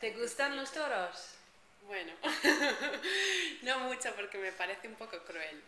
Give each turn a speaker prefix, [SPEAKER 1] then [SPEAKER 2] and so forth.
[SPEAKER 1] ¿Te gustan los toros?
[SPEAKER 2] Bueno, no mucho porque me parece un poco cruel.